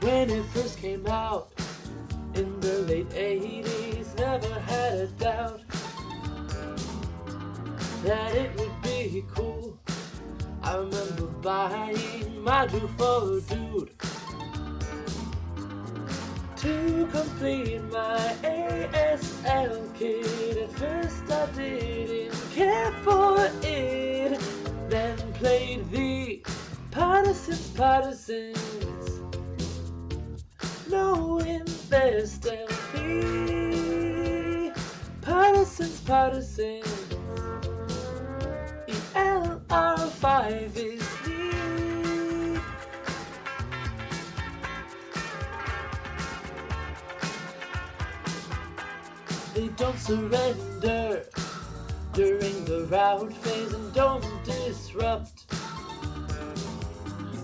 when it first came out in the late 80s. Never had a doubt that it would be cool. I remember buying my Drew for a dude to complete my ASL kit. At first, I didn't care for it, then played the partisans, partisans, knowing they're still me. Partisans, partisans, E ELR5 is me. They don't surrender during the rout phase and don't disrupt.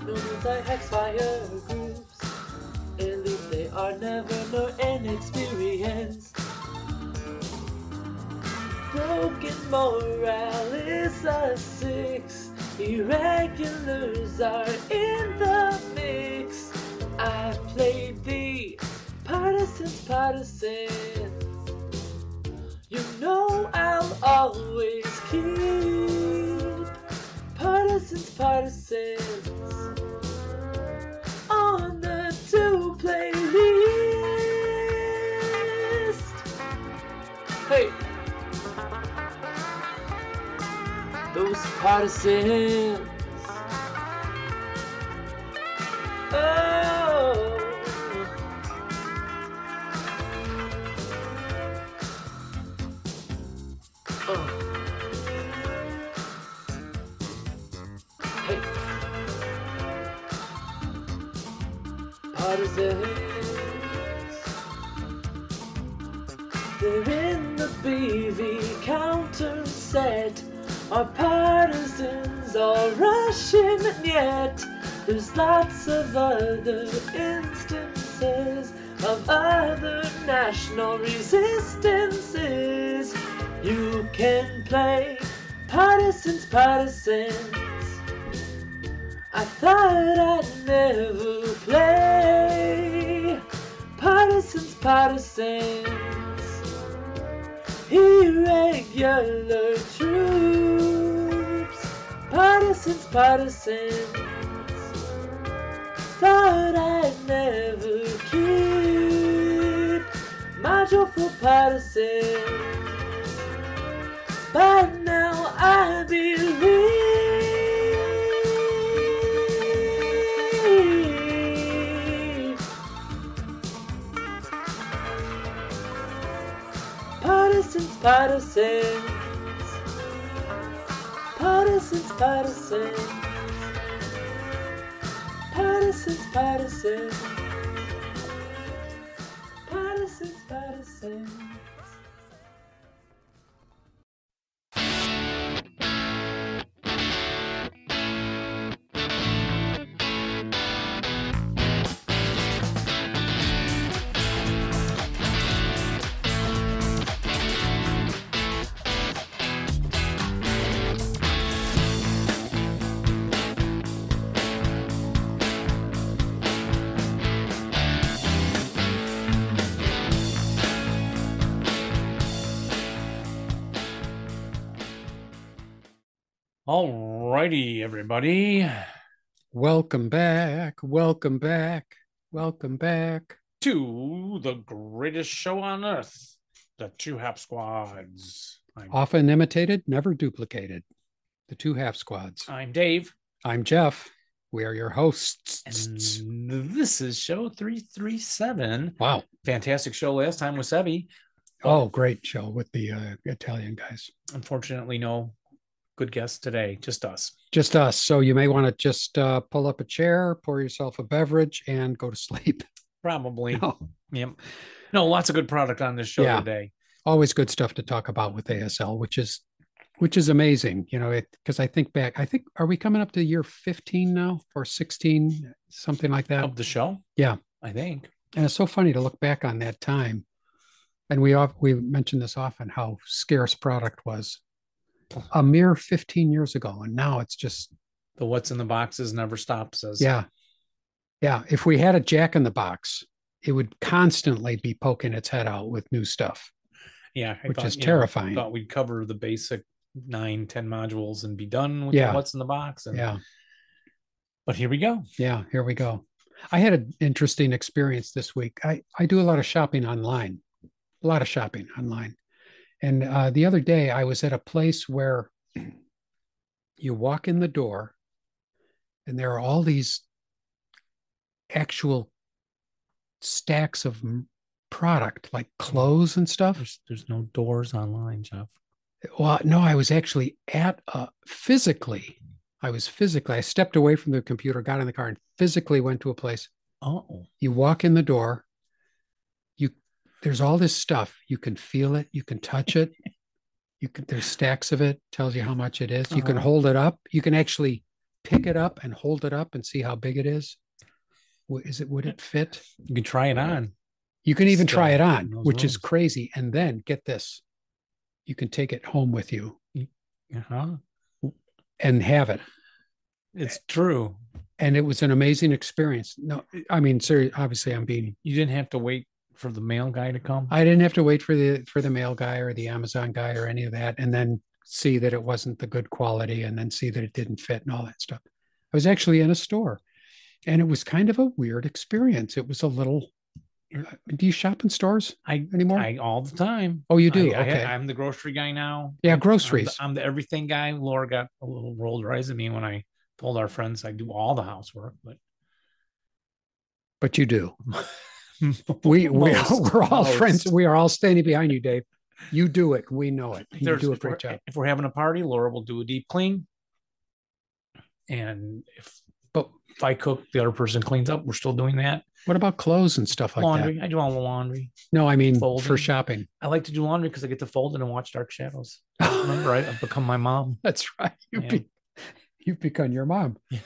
No anti-X-Fire groups. Elite they are never nor inexperienced. Broken morale is a six. Irregulars are in the mix. I played the partisans, partisans. You know I'll always keep partisans, partisans on the two playlist. Hey, those partisans. Oh. Oh. Hey. Partisans. They're in the BV counter set. Our partisans are Russian yet. There's lots of other instances of other national resistances. You can play partisans, partisans. I thought I'd never play partisans, partisans. Irregular troops, partisans, partisans. Thought I'd never keep my joyful partisans. But now I believe Partisans, partisans Partisans, partisans Partisans, partisans Partisans, partisans Alrighty, everybody. Welcome back. Welcome back. Welcome back. To the greatest show on earth, the Two Hap Squads. I'm, Often imitated, never duplicated. The two half squads. I'm Dave, I'm Jeff. We are your hosts. and this is show 337. Wow. Fantastic show last time with Sebi. Oh, great show with the uh, Italian guys. Unfortunately, no good guest today, just us. Just us. So you may want to just uh, pull up a chair, pour yourself a beverage, and go to sleep. Probably. No. Yep. No, lots of good product on this show Yeah. today. Always good stuff to talk about with ASL, which is which is amazing. You know, because I think back, I think are we coming up to year 15 now or 16, something like that? Of the show? Yeah. I think. and it's so funny to look back on that time and we off, we mentioned this often how scarce product was a mere 15 years ago and now it's just The what's in the boxes never stops us. yeah Yeah, if we had a jack in the box, it would constantly be poking its head out with new stuff, Yeah, I which thought, is you know, terrifying. thought we'd cover the basic nine, ten modules and be done with Yeah. what's in the box. And, yeah, But here we go. yeah, here we go. I had an interesting experience this week. I, I do a lot of shopping online, a lot of shopping online. And uh, the other day, I was at a place where you walk in the door and there are all these actual stacks of m- product like clothes and stuff. There's, there's no doors online, Jeff. Well, no, I was actually at a physically. I was physically. I stepped away from the computer, got in the car, and physically went to a place. Oh, You walk in the door. You there's all this stuff. You can feel it. You can touch it. You can, there's stacks of it. Tells you how much it is. You can Uh-huh. hold it up. You can actually pick it up and hold it up and see how big it is. Wh- Is it would it fit? you can try it on. You can even try it Stuff on, in those which is rooms. crazy. And then get this. You can take it home with you Uh-huh. and have it. It's true. and it was an amazing experience. No, I mean, sir, obviously I'm being, You didn't have to wait for the mail guy to come. I didn't have to wait for the, for the mail guy or the Amazon guy or any of that. And then see that it wasn't the good quality and then see that it didn't fit and all that stuff. I was actually in a store and it was kind of a weird experience. It was a little, do you shop in stores I, anymore? I all the time. oh, you do. I, okay. I, am the grocery guy now. yeah. I'm the, Groceries. I'm the everything guy. Laura got a little rolled her eyes at me when I told our friends I do all the housework, but but you do. We, we Most, we're all most. friends. We are all standing behind you, Dave. You do it. We know it. If You there's- do a if we're- great job. If we're having a party, Laura will do a deep clean. And if But if I cook, the other person cleans up. We're still doing that. what about clothes and stuff like that? laundry. I do all the laundry. No, I mean for Folding. shopping. I like to do laundry because I get to fold it and watch Dark Shadows. Remember, I, I've become my mom. That's right. You've, Yeah. be, you've become your mom. Yeah.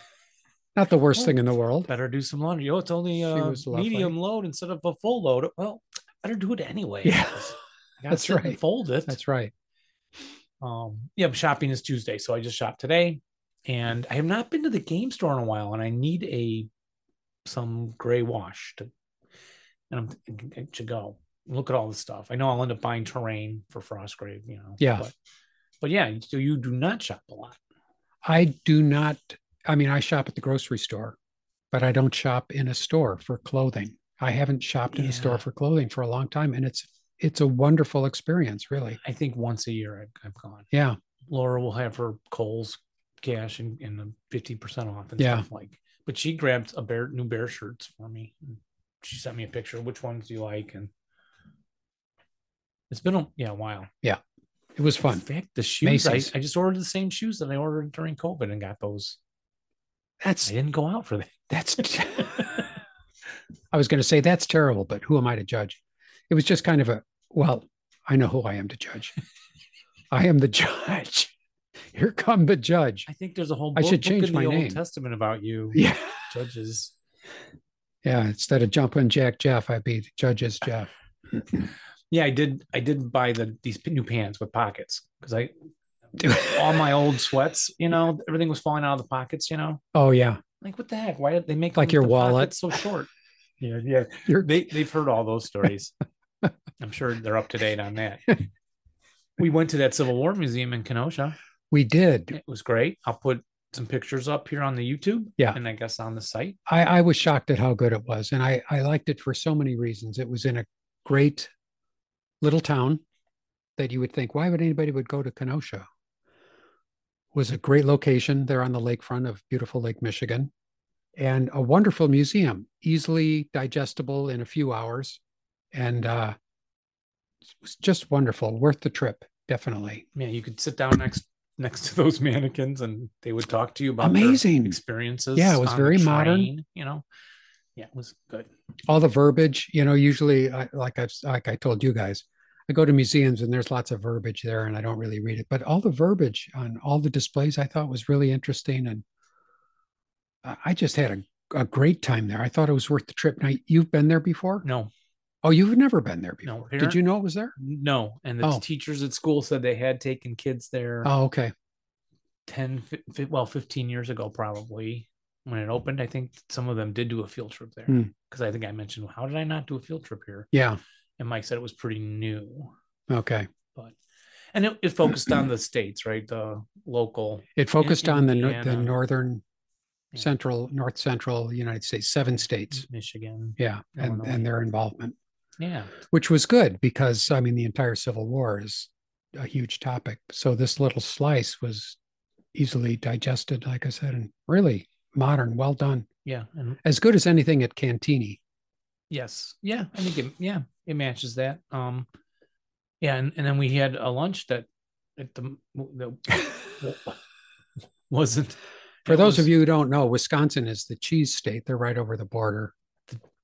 Not the worst Oh. thing in the world. Better do some laundry. Oh, it's only She uh, was lovely. medium load instead of a full load. Well, better do it anyway. I Yeah. gotta That's sit and right. Fold it. That's right. um yeah but shopping is tuesday so i just shopped today and i have not been to the game store in a while and i need a some gray wash to and i'm thinking I should go look at all the stuff i know i'll end up buying terrain for frostgrave you know Yeah. but, but yeah so you do not shop a lot I do not, I mean, I shop at the grocery store, but I don't shop in a store for clothing. I haven't shopped in a Yeah. store for clothing for a long time. And it's, it's a wonderful experience, really. i think once a year i've, I've gone Yeah. laura will have her cole's cash and, and the 50% off and Yeah. stuff like but she grabbed a bear new bear shirts for me she sent me a picture which ones do you like and it's been a yeah a while It was in fun. fact the shoes I, Macy's. I just ordered the same shoes that i ordered during covid and got those i That's, didn't go out for that's, that I was going to say that's terrible, but who am I to judge? It was just kind of a, well, I know who I am to judge. I am the judge. Here come the judge. i think there's a whole I book, should book change in my the name. old testament about you Yeah. judges Yeah, instead of jumping Jack Jeff, I'd be Judges Jeff. yeah i did i did buy the these new pants with pockets because i all oh, my old sweats, you know, everything was falling out of the pockets, you know. Oh, yeah, Like what the heck? Why did they make Like them- your the wallet? pockets so short? yeah, yeah. Your- They they've heard all those stories. I'm sure they're up to date on that. We went to that Civil War museum in Kenosha. we did. It was great. I'll put some pictures up here on the YouTube. Yeah. And I guess on the site. I, I was shocked at how good it was, and I I liked it for so many reasons. It was in a great little town that you would think why would anybody would go to Kenosha. Was a great location there on the lakefront of beautiful Lake Michigan, and a wonderful museum, easily digestible in a few hours, and uh, it was just wonderful, worth the trip, definitely. Yeah, you could sit down next next to those mannequins and they would talk to you about their Amazing. experiences. Yeah, it was on the very modern. train, You know. Yeah, it was good. all the verbiage you know usually I, like i've like i told you guys i go to museums and there's lots of verbiage there and i don't really read it but all the verbiage on all the displays i thought was really interesting and I- i just had a, a great time there i thought it was worth the trip now you've been there before No, oh you've never been there before no. did you know it was there No. And the Oh. teachers at school said they had taken kids there oh okay 10, fi- fi- well, 15 years ago, probably. when it opened. I think some of them did do a field trip there Hmm. because I think I mentioned, how did I not do a field trip here? Yeah. And Mike said it was pretty new, Okay. but and it, it focused on the states, right? The local, It focused on the no- the Indiana. northern, Yeah. Mm-hmm. central, north central United States, seven states. Michigan. Yeah, and Illinois. and their involvement, Yeah, which was good because I mean the entire Civil War is a huge topic. So this little slice was easily digested, like I said, and really modern, well done, yeah, and as good as anything at Cantini. yes, yeah. I think it, yeah, it matches that. Um, yeah, and, and then we had a lunch that at the that wasn't For it those of was- you who don't know, Wisconsin is the cheese state. They're right over the border.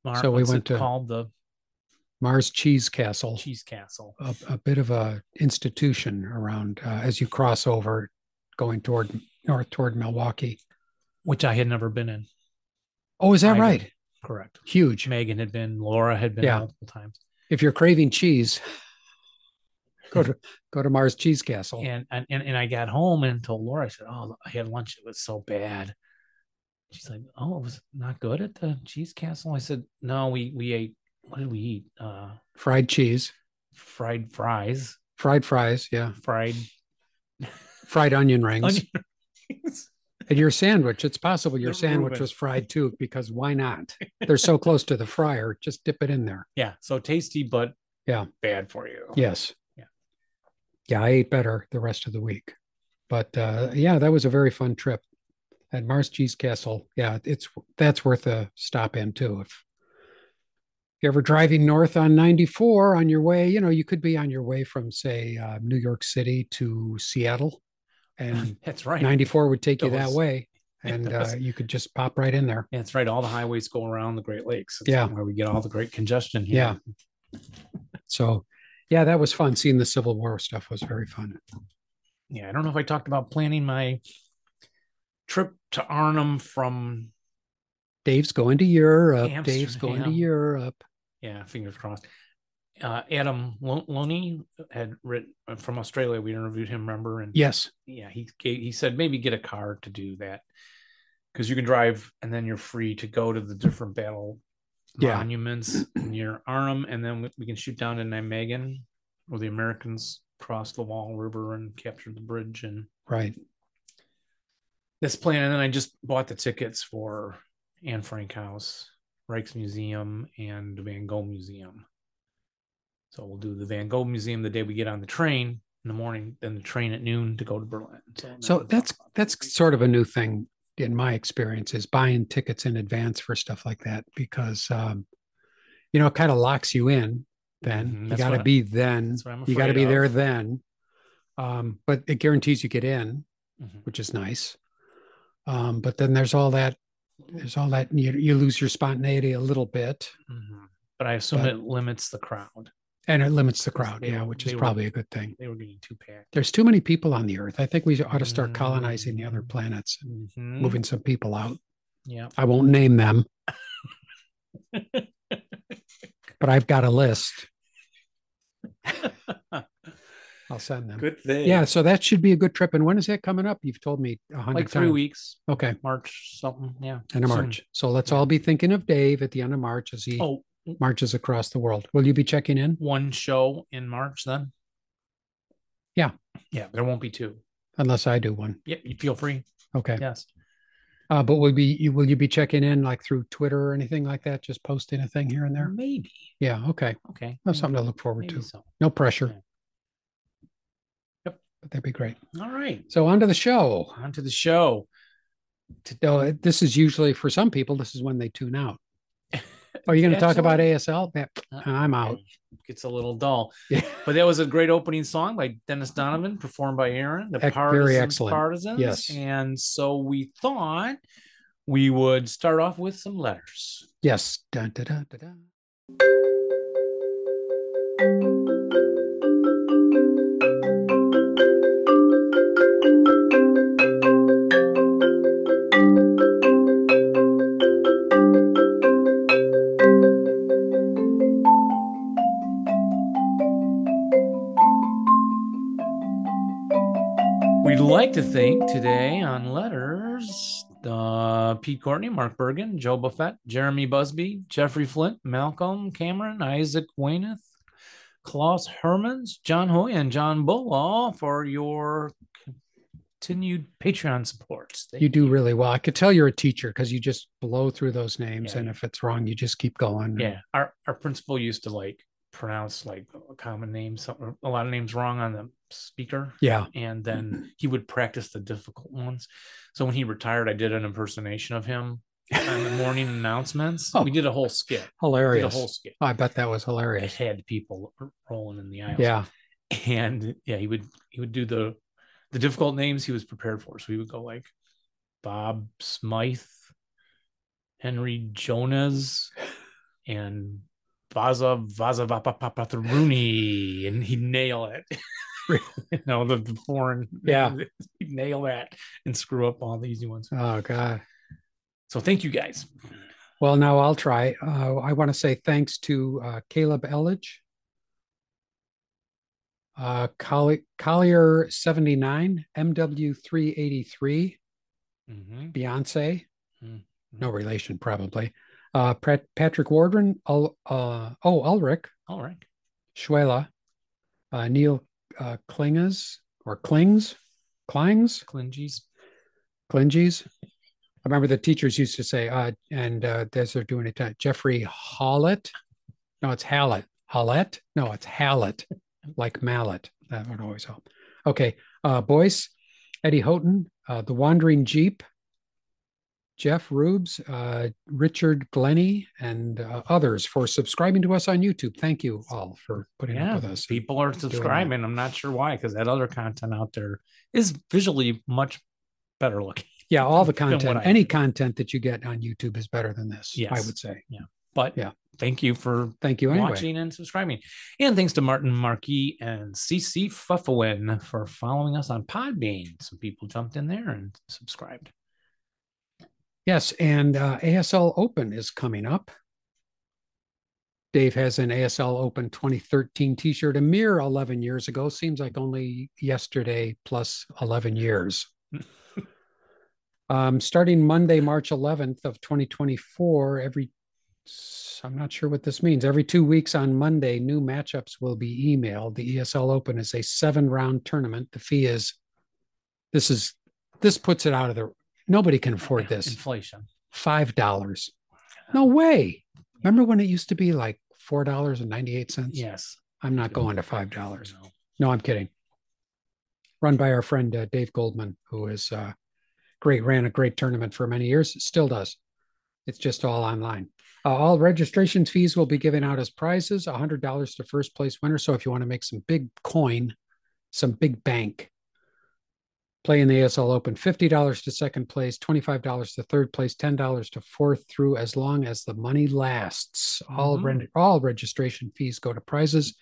Mar- so we what's went it to- called the Mars Cheese Castle, Cheese Castle. a, a bit of a institution around uh, as you cross over, going toward north toward Milwaukee. which I had never been in. Oh, is that I- right? Correct. Huge. Megan had been, Laura had been Yeah. multiple times, If you're craving cheese, go to go to Mars Cheese Castle. and, and and and I got home and told Laura, I said, "Oh, I had lunch. It was so bad." She's like, "Oh, it was not good at the Cheese Castle." I said, "No, we we ate. What did we eat? Uh, Fried cheese, fried fries, fried fries, yeah, fried fried onion rings, onion rings." and your sandwich. It's possible your The sandwich Reuben. was fried too, because why not? They're so close to the fryer. Just dip it in there. Yeah, so tasty, but Yeah. bad for you. Yes. Yeah. Yeah, I ate better the rest of the week. But uh, yeah, that was a very fun trip. At Mars Cheese Castle, yeah, it's that's worth a stop in too. If you're ever driving north on 94 on your way, you know, you could be on your way from say uh, New York City to Seattle, and that's right. 94 would take you that Those- way, and uh, those- you could just pop right in there. That's right. All the highways go around the Great Lakes. That's Yeah. where we get all the great congestion here. Yeah. So, yeah, that was fun. Seeing the Civil War stuff was very fun. yeah, I don't know if I talked about planning my trip to Arnhem from Dave's going to Europe. Dave's going to Amsterdam. Europe. yeah, fingers crossed. Uh, Adam Lo- Loney had written from Australia. We interviewed him, remember? And Yes. yeah, he gave, he said maybe get a car to do that because you can drive and then you're free to go to the different battle Yeah. monuments near Arnhem, and then we- we can shoot down to Nijmegen where the Americans crossed the Wall River and captured the bridge and Right. this plan and then i just bought the tickets for anne frank house rijksmuseum and the van gogh museum so we'll do the van gogh museum the day we get on the train in the morning then the train at noon to go to berlin So that's that's sort of a new thing in my experience is buying tickets in advance for stuff like that because um, you know it kind of locks you in. Then Mhm, you that's got to what- be then. that's what I'm You got to afraid be there of. then. Um, but it guarantees you get in, Mhm. which is nice. Um, but then there's all that. There's all that you, you lose your spontaneity a little bit, Mhm. but i assume But- it limits the crowd and it limits the Because crowd. they Yeah, were- which is they were- probably a good thing. they were getting too packed There's too many people on the earth. I think we ought to start colonizing the other Mm. planets and Mhm. moving some people out. yeah I won't name them, but I've got a list. I'll send them. good thing Yeah, so that should be a good trip. And when is that coming up? You've told me a hundred like three times. weeks Okay, march something yeah end of soon. March. So let's all be thinking of Dave at the end of March as he oh marches across the world. Will you be checking in one show in March then? Yeah. Yeah, there won't be two. unless I do one? Yeah, you feel free. Okay, Yes. uh, but will be you, will you be checking in like through Twitter or anything like that? Just posting a thing here and there. Maybe. Yeah. Okay, Okay. that's something to look forward maybe to. so. No pressure. Yep. but that'd be great. All right. So on to the show. On to the show. So this is usually for some people. This is when they tune out. Oh, you're going to talk about ASL? Yeah, Uh, I'm out. Gets a little dull. Yeah. But that was a great opening song by Dennis Donovan, performed by Aaron, the Ec- very Partisans excellent. Partisans. Yes. And so we thought we would start off with some letters. Yes. Dun, dun, dun, dun, dun. We'd like to think today on letters uh, Pete Courtney, Mark Bergen, Joe Buffett, Jeremy Busby, Jeffrey Flint, Malcolm Cameron, Isaac Wayneth, Klaus Hermans, John Hoy, and John Bull for your continued Patreon support. Thank You do really well. I could tell you're a teacher because you just blow through those names, Yeah. and if it's wrong, you just keep going. Yeah, our our principal used to like pronounce like a common names, some- a lot of names wrong on the speaker, Yeah. and then he would practice the difficult ones. So when he retired, I did an impersonation of him on the uh, morning announcements. Oh. We did a whole skit, did a Hilarious. Oh, whole skit. I bet that was It hilarious. had people rolling in the aisles. Yeah. and yeah, he would he would do the the difficult names he was prepared for. So he would go like Bob Smythe, Henry Jonas, and Vaza Vaza Vapapapatharuni, and he'd nail it. you know, the, the foreign Yeah. he'd nail that and screw up all the easy ones. Oh God. So thank you guys. Well, now I'll try. Uh, I want to say thanks to uh, Caleb Elledge, uh, Colli- Collier seventy nine, MW three eighty three, Mm-hmm. Mhm. Beyonce, Mhm. no relation probably. Uh, Pat- Patrick Wardren, Ul- uh, oh Ulrich All right. Schuela, uh, Neil uh, Klingas or Klings, Klings, Clingies. Klinges. I remember the teachers used to say, uh, and uh, as they're doing it, uh, Jeffrey Hallett. No, it's Hallett. Hallett? No, it's Hallett, like mallet. That would always help. Okay. Uh, Boyce, Eddie Houghton, uh, The Wandering Jeep, Jeff Rubes, uh, Richard Glennie, and uh, others for subscribing to us on YouTube. Thank you all for putting Yeah, up with us. people are subscribing. I'm not sure why, because that other content out there is visually much better looking. Yeah, all the than what content, I any did. content that you get on YouTube is better than this, I Yes. would say. But Yeah. thank you for Thank you anyway. watching and subscribing. And thanks to Martin Marquis and CC Fufflin for following us on Podbean. Some people jumped in there and subscribed. Yes, and uh, ASL Open is coming up. Dave has an ASL Open 2013 T-shirt, a mere 11 years ago. Seems like only yesterday plus 11 years. um, starting Monday, March 11th of 2024, every I'm not sure what this means. Every two weeks on Monday, new matchups will be emailed. The ESL Open is a seven-round tournament. The fee is this is this puts it out of the nobody can afford this Inflation. five dollars. No way. Remember when it used to be like four dollars and ninety-eight cents? Yes. I'm not going to five dollars. No, I'm kidding. Run by our friend uh, Dave Goldman, who is uh, great, ran a great tournament for many years, still does. It's just all online. Uh, all registration fees will be given out as prizes, $100 to first place winner. So if you want to make some big coin, some big bank, play in the ASL Open, $50 to second place, $25 to third place, $10 to fourth through as long as the money lasts. All, Mhm. reg- all registration fees go to prizes.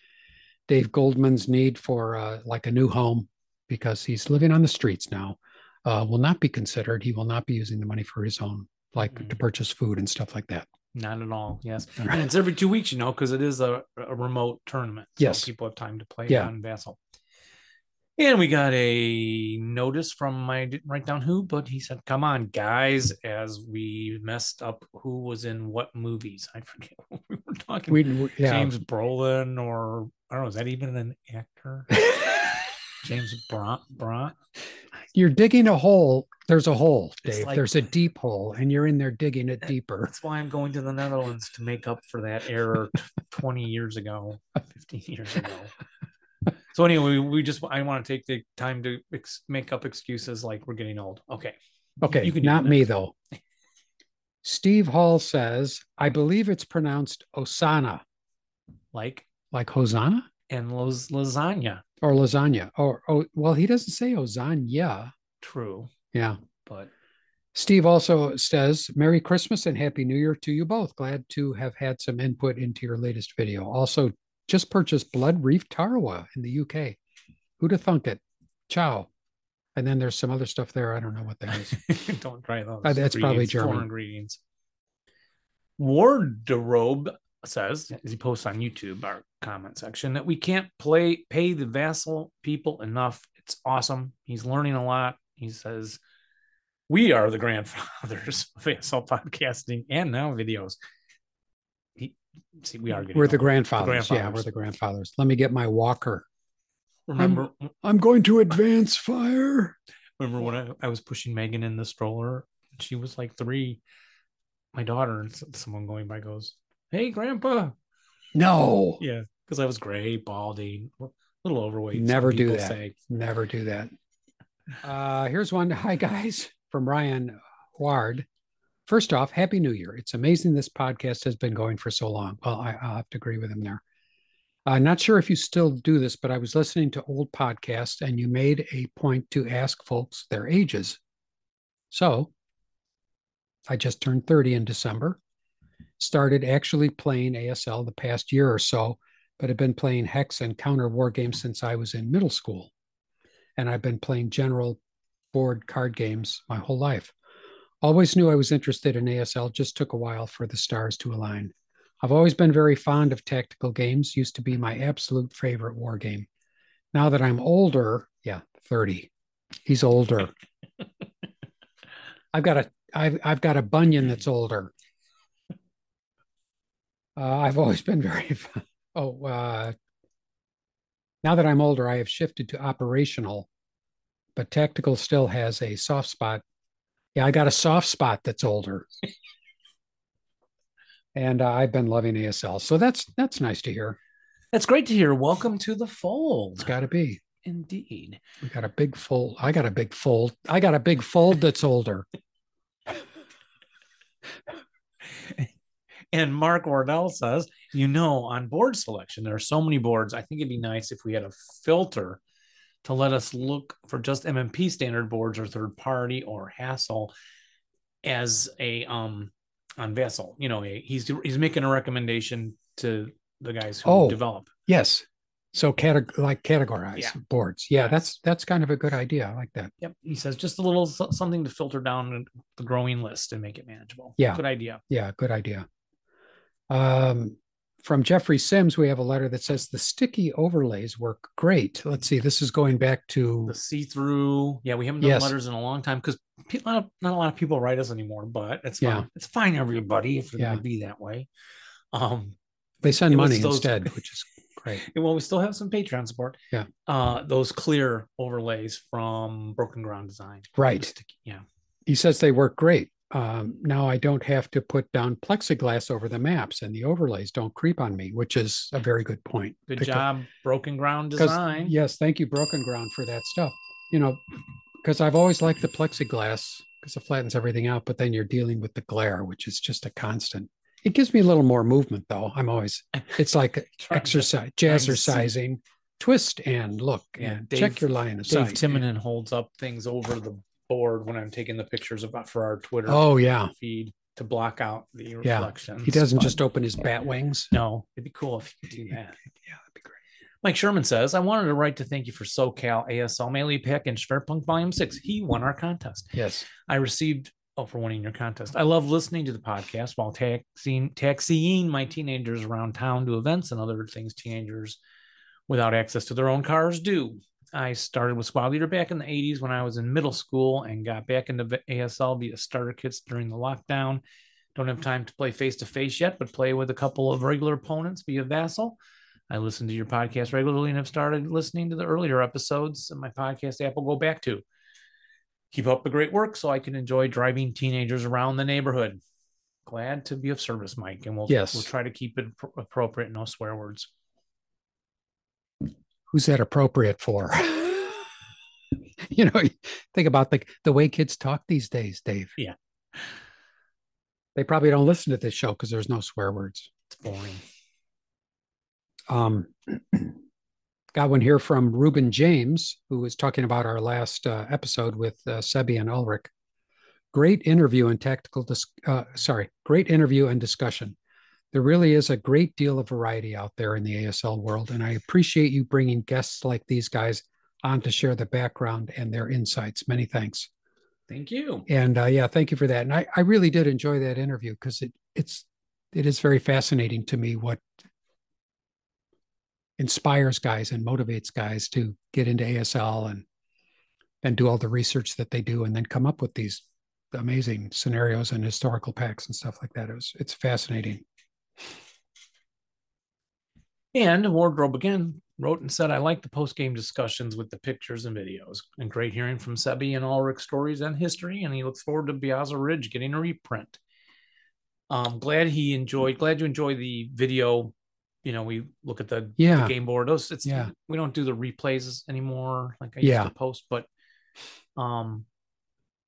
Dave Goldman's need for uh, like a new home because he's living on the streets now uh, will not be considered. He will not be using the money for his own, like to Mm. purchase food and stuff like that. Not at all. Yes. And All right. it's every two weeks, you know, because it is a, a remote tournament. Yes. People have time to play Yeah. on Vassal. And we got a notice from I didn't write down who, but he said, "Come on, guys!" As we messed up who was in what movies. I forget what we were talking. We, we- yeah. James Brolin, or I don't know, is that even an actor? James Bront Bront. You're digging a hole. There's a hole, It's Dave. like- Uh, There's a deep hole, and you're in there digging it deeper. That's why I'm going to the Netherlands to make up for that error t- 20 years ago, 15 years ago. So anyway, we, we just I want to take the time to ex- make up excuses like we're getting old. Okay, Okay, You can do not that. me though. Steve Hall says, I believe it's pronounced Osana, like like Hosanna and los- lasagna. or lasagna. Or oh, well, he doesn't say Osanya. True, Yeah. but Steve also says, Merry Christmas and Happy New Year to you both. Glad to have had some input into your latest video. Also, just purchased Blood Reef Tarawa in the UK. Who'd have thunk it? Ciao. And then there's some other stuff there. I don't know what that is. don't try those. Uh, that's probably ingredients, foreign German. ingredients. Wardrobe says, as he posts on YouTube, our comment section, that we can't play pay the vassal people enough. It's awesome. He's learning a lot. He says We are the grandfathers of ASL podcasting and now videos. He, see, we are getting We're the old. grandfathers. Yeah, we're grandfathers. the grandfathers. Let me get my walker. Remember, I'm going to advance fire. remember when I, I was pushing Megan in the stroller? She was like three. My daughter and s- someone going by goes, "Hey, Grandpa!" No, Yeah, because I was gray, baldy, a little overweight. some Never do people that. say. never do that. Uh, here's one. Hi, guys, from Ryan Ward. First off, Happy New Year. It's amazing this podcast has been going for so long. Well, I, I'll have to agree with him there. Uh, not sure if you still do this, but I was listening to old podcasts and you made a point to ask folks their ages. So I just turned 30 in December, started actually playing ASL the past year or so, but have been playing Hex and Counter War games since I was in middle school. And I've been playing general board card games my whole life. Always knew I was interested in ASL, just took a while for the stars to align. I've always been very fond of tactical games, used to be my absolute favorite war game. Now that I'm older, yeah, 30. He's older. I've got a I've I've got a bunion that's older. Uh, I've always been very fond. Oh, uh, now that I'm older, I have shifted to operational, but tactical still has a soft spot. Yeah, I got a soft spot that's older. and uh, I've been loving ASL. So that's that's nice to hear. That's great to hear. Welcome to the It's fold. got to be. Indeed. We got a big fold. I got a big fold. I got a big fold that's older. And Mark Wardell says, you know, on board selection, there are so many boards. I think it'd be nice if we had a filter to let us look for just MMP standard boards or third party or hassle as a um on vessel. You know, a, he's he's making a recommendation to the guys who Oh. develop. Yes. So categ- like categorize Yeah. boards. Yeah, Yes. that's that's kind of a good idea. I like that. Yep. He says just a little so- something to filter down the growing list and make it manageable. Yeah. Good idea. Yeah, good idea. Um, from Jeffrey Sims, we have a letter that says the sticky overlays work great. Let's see. This is going back to the see through. Yeah, we haven't done Yes. letters in a long time because not, not a lot of people write us anymore. But it's Yeah. fine. It's fine, everybody, if you're going Yeah. to be that way. Um, they it send was money those- instead, which is great. and while we still have some Patreon support, Yeah. uh, those clear overlays from Broken Ground Design, Right. Just to- yeah, He says they work great. Um, now I don't have to put down plexiglass over the maps, and the overlays don't creep on me, which is a very good point. good Picked up job, Broken Ground 'Cause- Design. Yes, thank you, Broken Ground, for that stuff. You know, because I've always liked the plexiglass because it flattens everything out, but then you're dealing with the glare, which is just a constant. It gives me a little more movement, though. I'm always, it's like Trying to- exercise, trying to see. jazzercising, twist and look Yeah, and Dave- check your line of Dave sight. Timonen holds up things over the board when I'm taking the pictures about for our Twitter Oh, yeah. feed to block out the Yeah. reflections. He doesn't but- just open his bat wings. No, it'd be cool if you could do that. Yeah, that'd be great. Mike Sherman says, I wanted to write to thank you for SoCal ASL Melee Pick and Schwerpunk Volume 6. He won our contest. Yes. I received, oh, for winning your contest. I love listening to the podcast while taxiing, taxiing my teenagers around town to events and other things teenagers without access to their own cars do. I started with Squad Leader back in the 80s when I was in middle school and got back into v- ASL via starter kits during the lockdown. Don't have time to play face to face yet, but play with a couple of regular opponents via Vassal. I listen to your podcast regularly and have started listening to the earlier episodes of my podcast app will go back to. Keep up the great work so I can enjoy driving teenagers around the neighborhood. Glad to be of service, Mike, and we'll Yes. we'll try to keep it pro- appropriate, no swear words. who's that appropriate for? you know, think about the the way kids talk these days, Dave. Yeah. They probably don't listen to this show because there's no swear words. It's boring. Um, got one here from Ruben James, who was talking about our last uh, episode with uh, Sebi and Ulrich. Great interview and tactical, dis- uh, sorry, great interview and discussion. There really is a great deal of variety out there in the ASL world, and I appreciate you bringing guests like these guys on to share the background and their insights. Many thanks. Thank you. And uh, yeah, thank you for that. And I, I really did enjoy that interview because it it's it is very fascinating to me what inspires guys and motivates guys to get into ASL and and do all the research that they do and then come up with these amazing scenarios and historical packs and stuff like that. It was it's fascinating. And Wardrobe again wrote and said, I like the post game discussions with the pictures and videos, and great hearing from Sebi and Ulrich stories and history. And he looks forward to Biazza Ridge getting a reprint. Um, glad he enjoyed, glad you enjoy the video. You know, we look at the, the Yeah, game board. Those, it's, Yeah. we don't do the replays anymore like I used Yeah. to post, but um,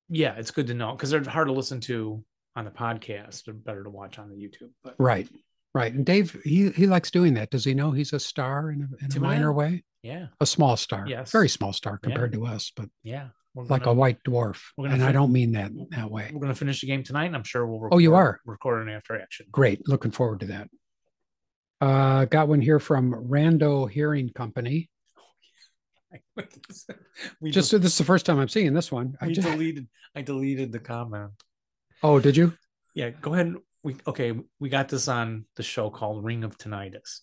yeah, it's good to know because they're hard to listen to on the podcast. They're better to watch on the YouTube. But right, right. And Dave, he he likes doing that. Does he know he's a star in a, in a Tim minor Allen? way? yeah, A small star, Yes. very small star Yeah. compared to us, but yeah, we're like a gonna- white dwarf. we're gonna And I fin- don't mean that that way. We're going to finish the game tonight, and I'm sure we'll. Record, Oh, you are? record an after action. Great, looking forward to that. Uh, got one here from Rando Hearing Company. we Just del- this is the first time I'm seeing this one. I we just, deleted. I deleted the comment. oh, did you? Yeah, go ahead. and- We okay. We got this on the show called Ring of Tinnitus.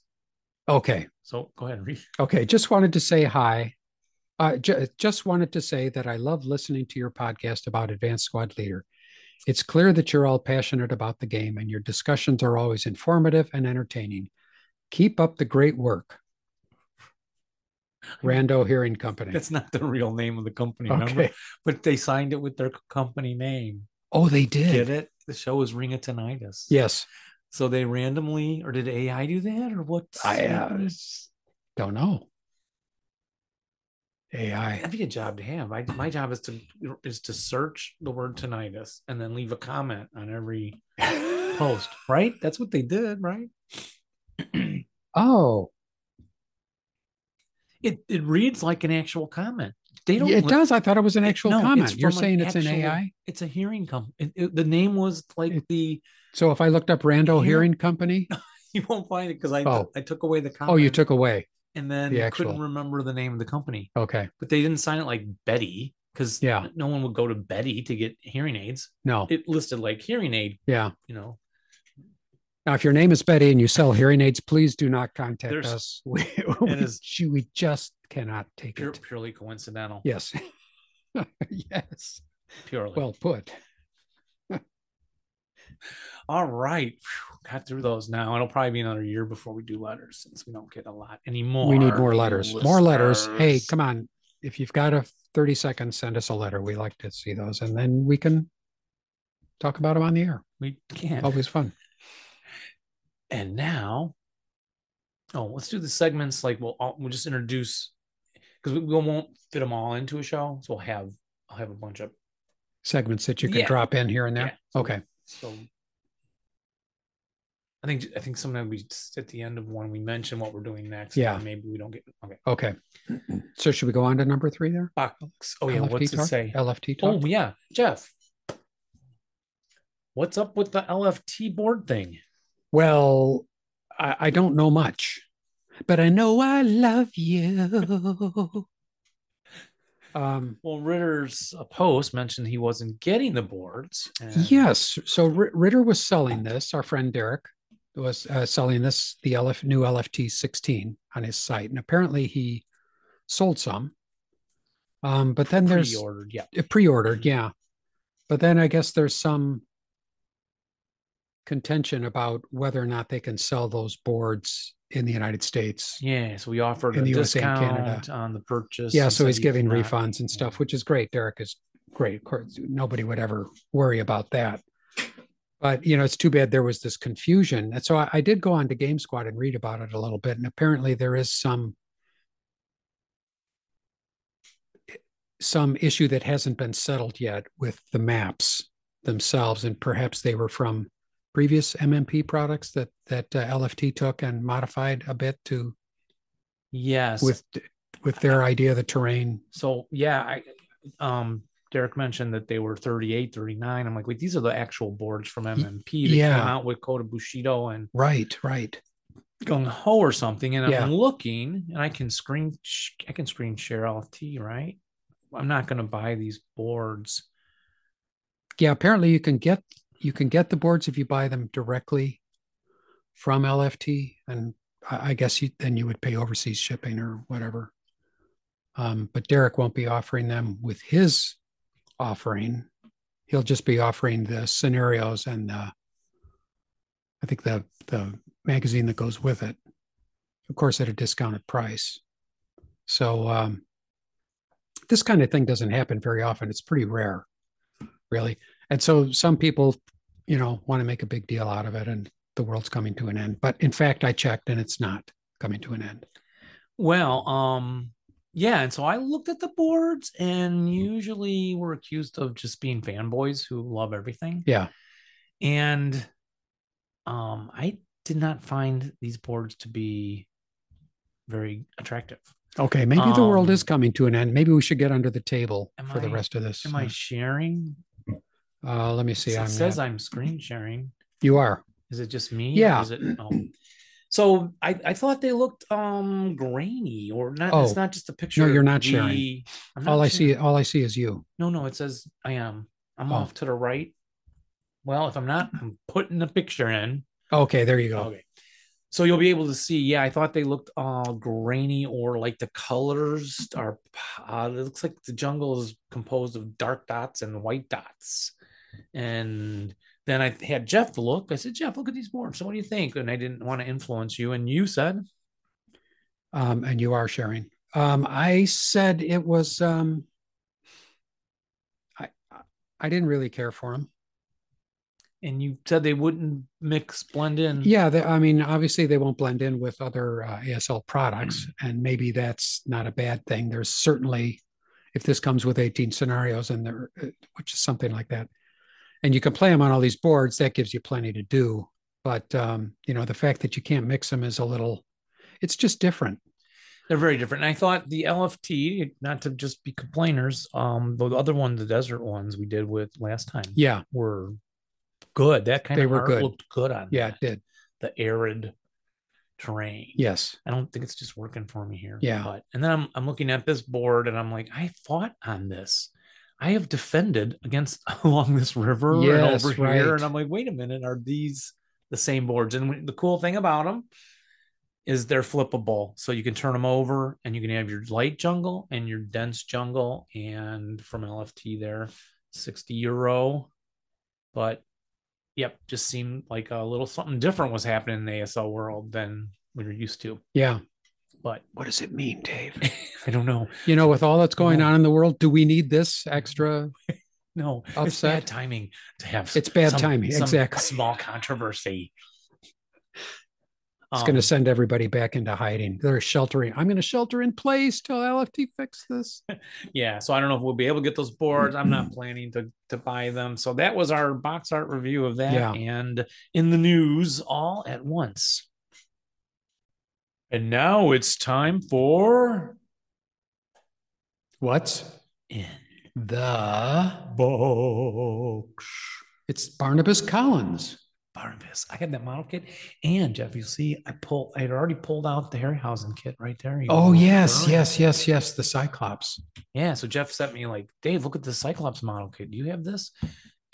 Okay. So go ahead and read. Okay, just wanted to say hi. Uh, ju- just wanted to say that I love listening to your podcast about Advanced Squad Leader. It's clear that you're all passionate about the game, and your discussions are always informative and entertaining. Keep up the great work. Rando Hearing Company. That's not the real name of the company, remember? Okay. But they signed it with their c- company name. Oh, they did. Get it? The show is Ring of Tinnitus. Yes. So they randomly, or did AI do that, or what? I, uh, Don't know. AI. That'd be a job to have. I, my job is to is to search the word tinnitus and then leave a comment on every post. Right? That's what they did, right? Oh, It it reads like an actual comment. They don't. it li- does. I thought it was an It- actual no, it's comment. You're from an saying it's an actual- AI? It's a hearing com. It, it- the name was like It- the. So if I looked up Rando Hear- Hearing Company, You won't find it because I Oh. I took away the comment. oh, you took away. and then the couldn't actual- remember the name of the company, Okay. but they didn't sign it like Betty because Yeah. no one would go to Betty to get hearing aids. No. It listed like hearing aid, Yeah. you know. Now, if your name is Betty and you sell hearing aids, please do not contact There's- us. We, we, is- ju- we just cannot take Pure, it. purely coincidental. Yes. yes. Purely. Well put. all right. Phew, got through those now. It'll probably be another year before we do letters since we don't get a lot anymore. We need more letters. More letters. Hey, listeners. come on. If you've got a 30 seconds, send us a letter. We like to see those. And then we can talk about them on the air. We can't. Always fun. And now, oh, let's do the segments. Like we'll all, we'll just introduce because we, we won't fit them all into a show. So we'll have I'll have a bunch of Segments that you can Yeah. drop in here and there. Yeah. Okay. so. I think I think sometimes we just- at the end of one we mention what we're doing next. and Yeah. maybe we don't get okay. Okay. So should we go on to number three there? Box. Oh yeah, LFT what's it talk? say? LFT talk. Oh yeah, Jeff. What's up with the LFT board thing? Well, I, I don't know much, but I know I love you. um, Well, Ritter's uh, post mentioned he wasn't getting the boards. and- yes. So R- Ritter was selling this. Our friend Derek was uh, selling this, the LF, new LFT 16 on his site. And apparently he sold some. Um, but then there's pre-ordered. Yeah, uh, pre-ordered yeah but then i guess there's some contention about whether or not they can sell those boards in the united states yeah. So we offered In a the USA and discount Canada. on the purchase. yeah and so said he's he giving cannot- refunds and stuff which is great derek is great of course nobody would ever worry about that but you know it's too bad there was this confusion and so i, I did go on to game squad and read about it a little bit and apparently there is some some issue that hasn't been settled yet with the maps themselves and perhaps they were from previous mmp products that that uh, lft took and modified a bit to Yes. with with their idea of the terrain so yeah, I um Derek mentioned that they were 38, 39. I'm like, wait, these are the actual boards from MMP that yeah. came out with Kota Bushido and right right Gung Ho or something, and Yeah. I'm looking, and I can screen, sh- I can screen share LFT, right? I'm not going to buy these boards. yeah apparently you can get you can get the boards if you buy them directly from lft and i, I guess you then you would pay overseas shipping or whatever um, but derek won't be offering them with his offering he'll just be offering the scenarios and uh, I think the the magazine that goes with it, of course, at a discounted price. So um, this kind of thing doesn't happen very often. It's pretty rare, really. And so some people, you know, want to make a big deal out of it, and the world's coming to an end. But in fact, I checked, and it's not coming to an end. Well, um, yeah, and so I looked at the boards, and usually we're accused of just being fanboys who love everything. Yeah. And um, I did not find these boards to be very attractive. Okay. Maybe the world Um, is coming to an end. Maybe we should get under the table Am for the I- rest of this. Am I sharing? Uh, let me see. it I'm says not- I'm screen sharing. you are. Is it just me? or Yeah. Is it, oh. So I, I thought they looked um grainy or not. Oh. It's not just a picture. you're of not sharing. the- I'm not All I sharing. see. All I see is you. No, no, it says I am. I'm Oh. off to the right. Well, if I'm not, I'm putting the picture in. Okay. There you go. Okay. So you'll be able to see. Yeah, I thought they looked uh grainy or like the colors are uh, it looks like the jungle is composed of dark dots and white dots. And then I had Jeff look. I said, Jeff, look at these boards. So what do you think? And I didn't want to influence you. And you said, um, and you are sharing. Um, I said it was. Um, I I didn't really care for them. and you said they wouldn't mix, blend in. Yeah, they, I mean, obviously they won't blend in with other uh, ASL products, Mm-hmm. and maybe that's not a bad thing. There's certainly, if this comes with 18 scenarios, and there, uh, which is something like that, and you can play them on all these boards, that gives you plenty to do. But um, you know, the fact that you can't mix them is a little. It's just different. They're very different. And I thought the LFT, not to just be complainers, um, the other one, the desert ones we did with last time Yeah, were good. That kind They of were art good. looked good on yeah, it that. did. the arid terrain. Yes, I don't think it's just working for me here. Yeah. But and then I'm I'm looking at this board and I'm like, I fought on this. I have defended against along this river Yes, and over right. here. And I'm like, wait a minute, are these the same boards? And when- the cool thing about them is they're flippable. So you can turn them over and you can have your light jungle and your dense jungle. And from LFT there, 60 euro. But yep, just seemed like a little something different was happening in the ASL world than we were used to. yeah. But What does it mean, Dave? I don't know. you know, with all that's going Yeah. Mm-hmm. on in the world, do we need this extra? No, it's Upset? bad timing to have. It's bad some- timing, some exactly. Small controversy. It's Um, going to send everybody back into hiding. They're sheltering. I'm going to shelter in place till LFT fix this. yeah, so I don't know if we'll be able to get those boards. I'm not planning to to buy them. So that was our box art review of that, Yeah. and in the news all at once. And now it's time for What's in the? box. It's Barnabas Collins. Barnabas. I had that model kit, and Jeff, you see, I pull. I had already pulled out the Harryhausen kit right there. You Oh know, yes, earlier. yes, yes, yes. The Cyclops. yeah. So Jeff sent me like, Dave, look at the Cyclops model kit. Do you have this?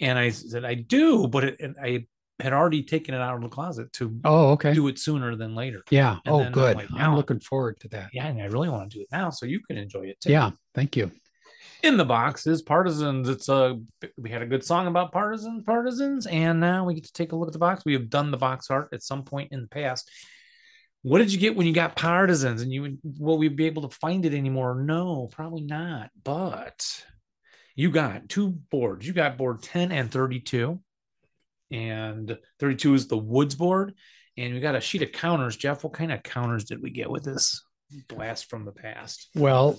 And I said, I do, but it, and I had already taken it out of the closet to Oh okay. do it sooner than later. Yeah. And Oh then I'm good. like, I'm now- looking forward to that. Yeah, and I really want to do it now, so you can enjoy it too. Yeah. Thank you. in the box is partisans it's a we had a good song about partisans partisans and now we get to take a look at the box we have done the box art at some point in the past what did you get when you got partisans and you would will we be able to find it anymore no probably not but you got two boards you got board 10 and 32 and 32 is the woods board and we got a sheet of counters jeff what kind of counters did we get with this blast from the past Well,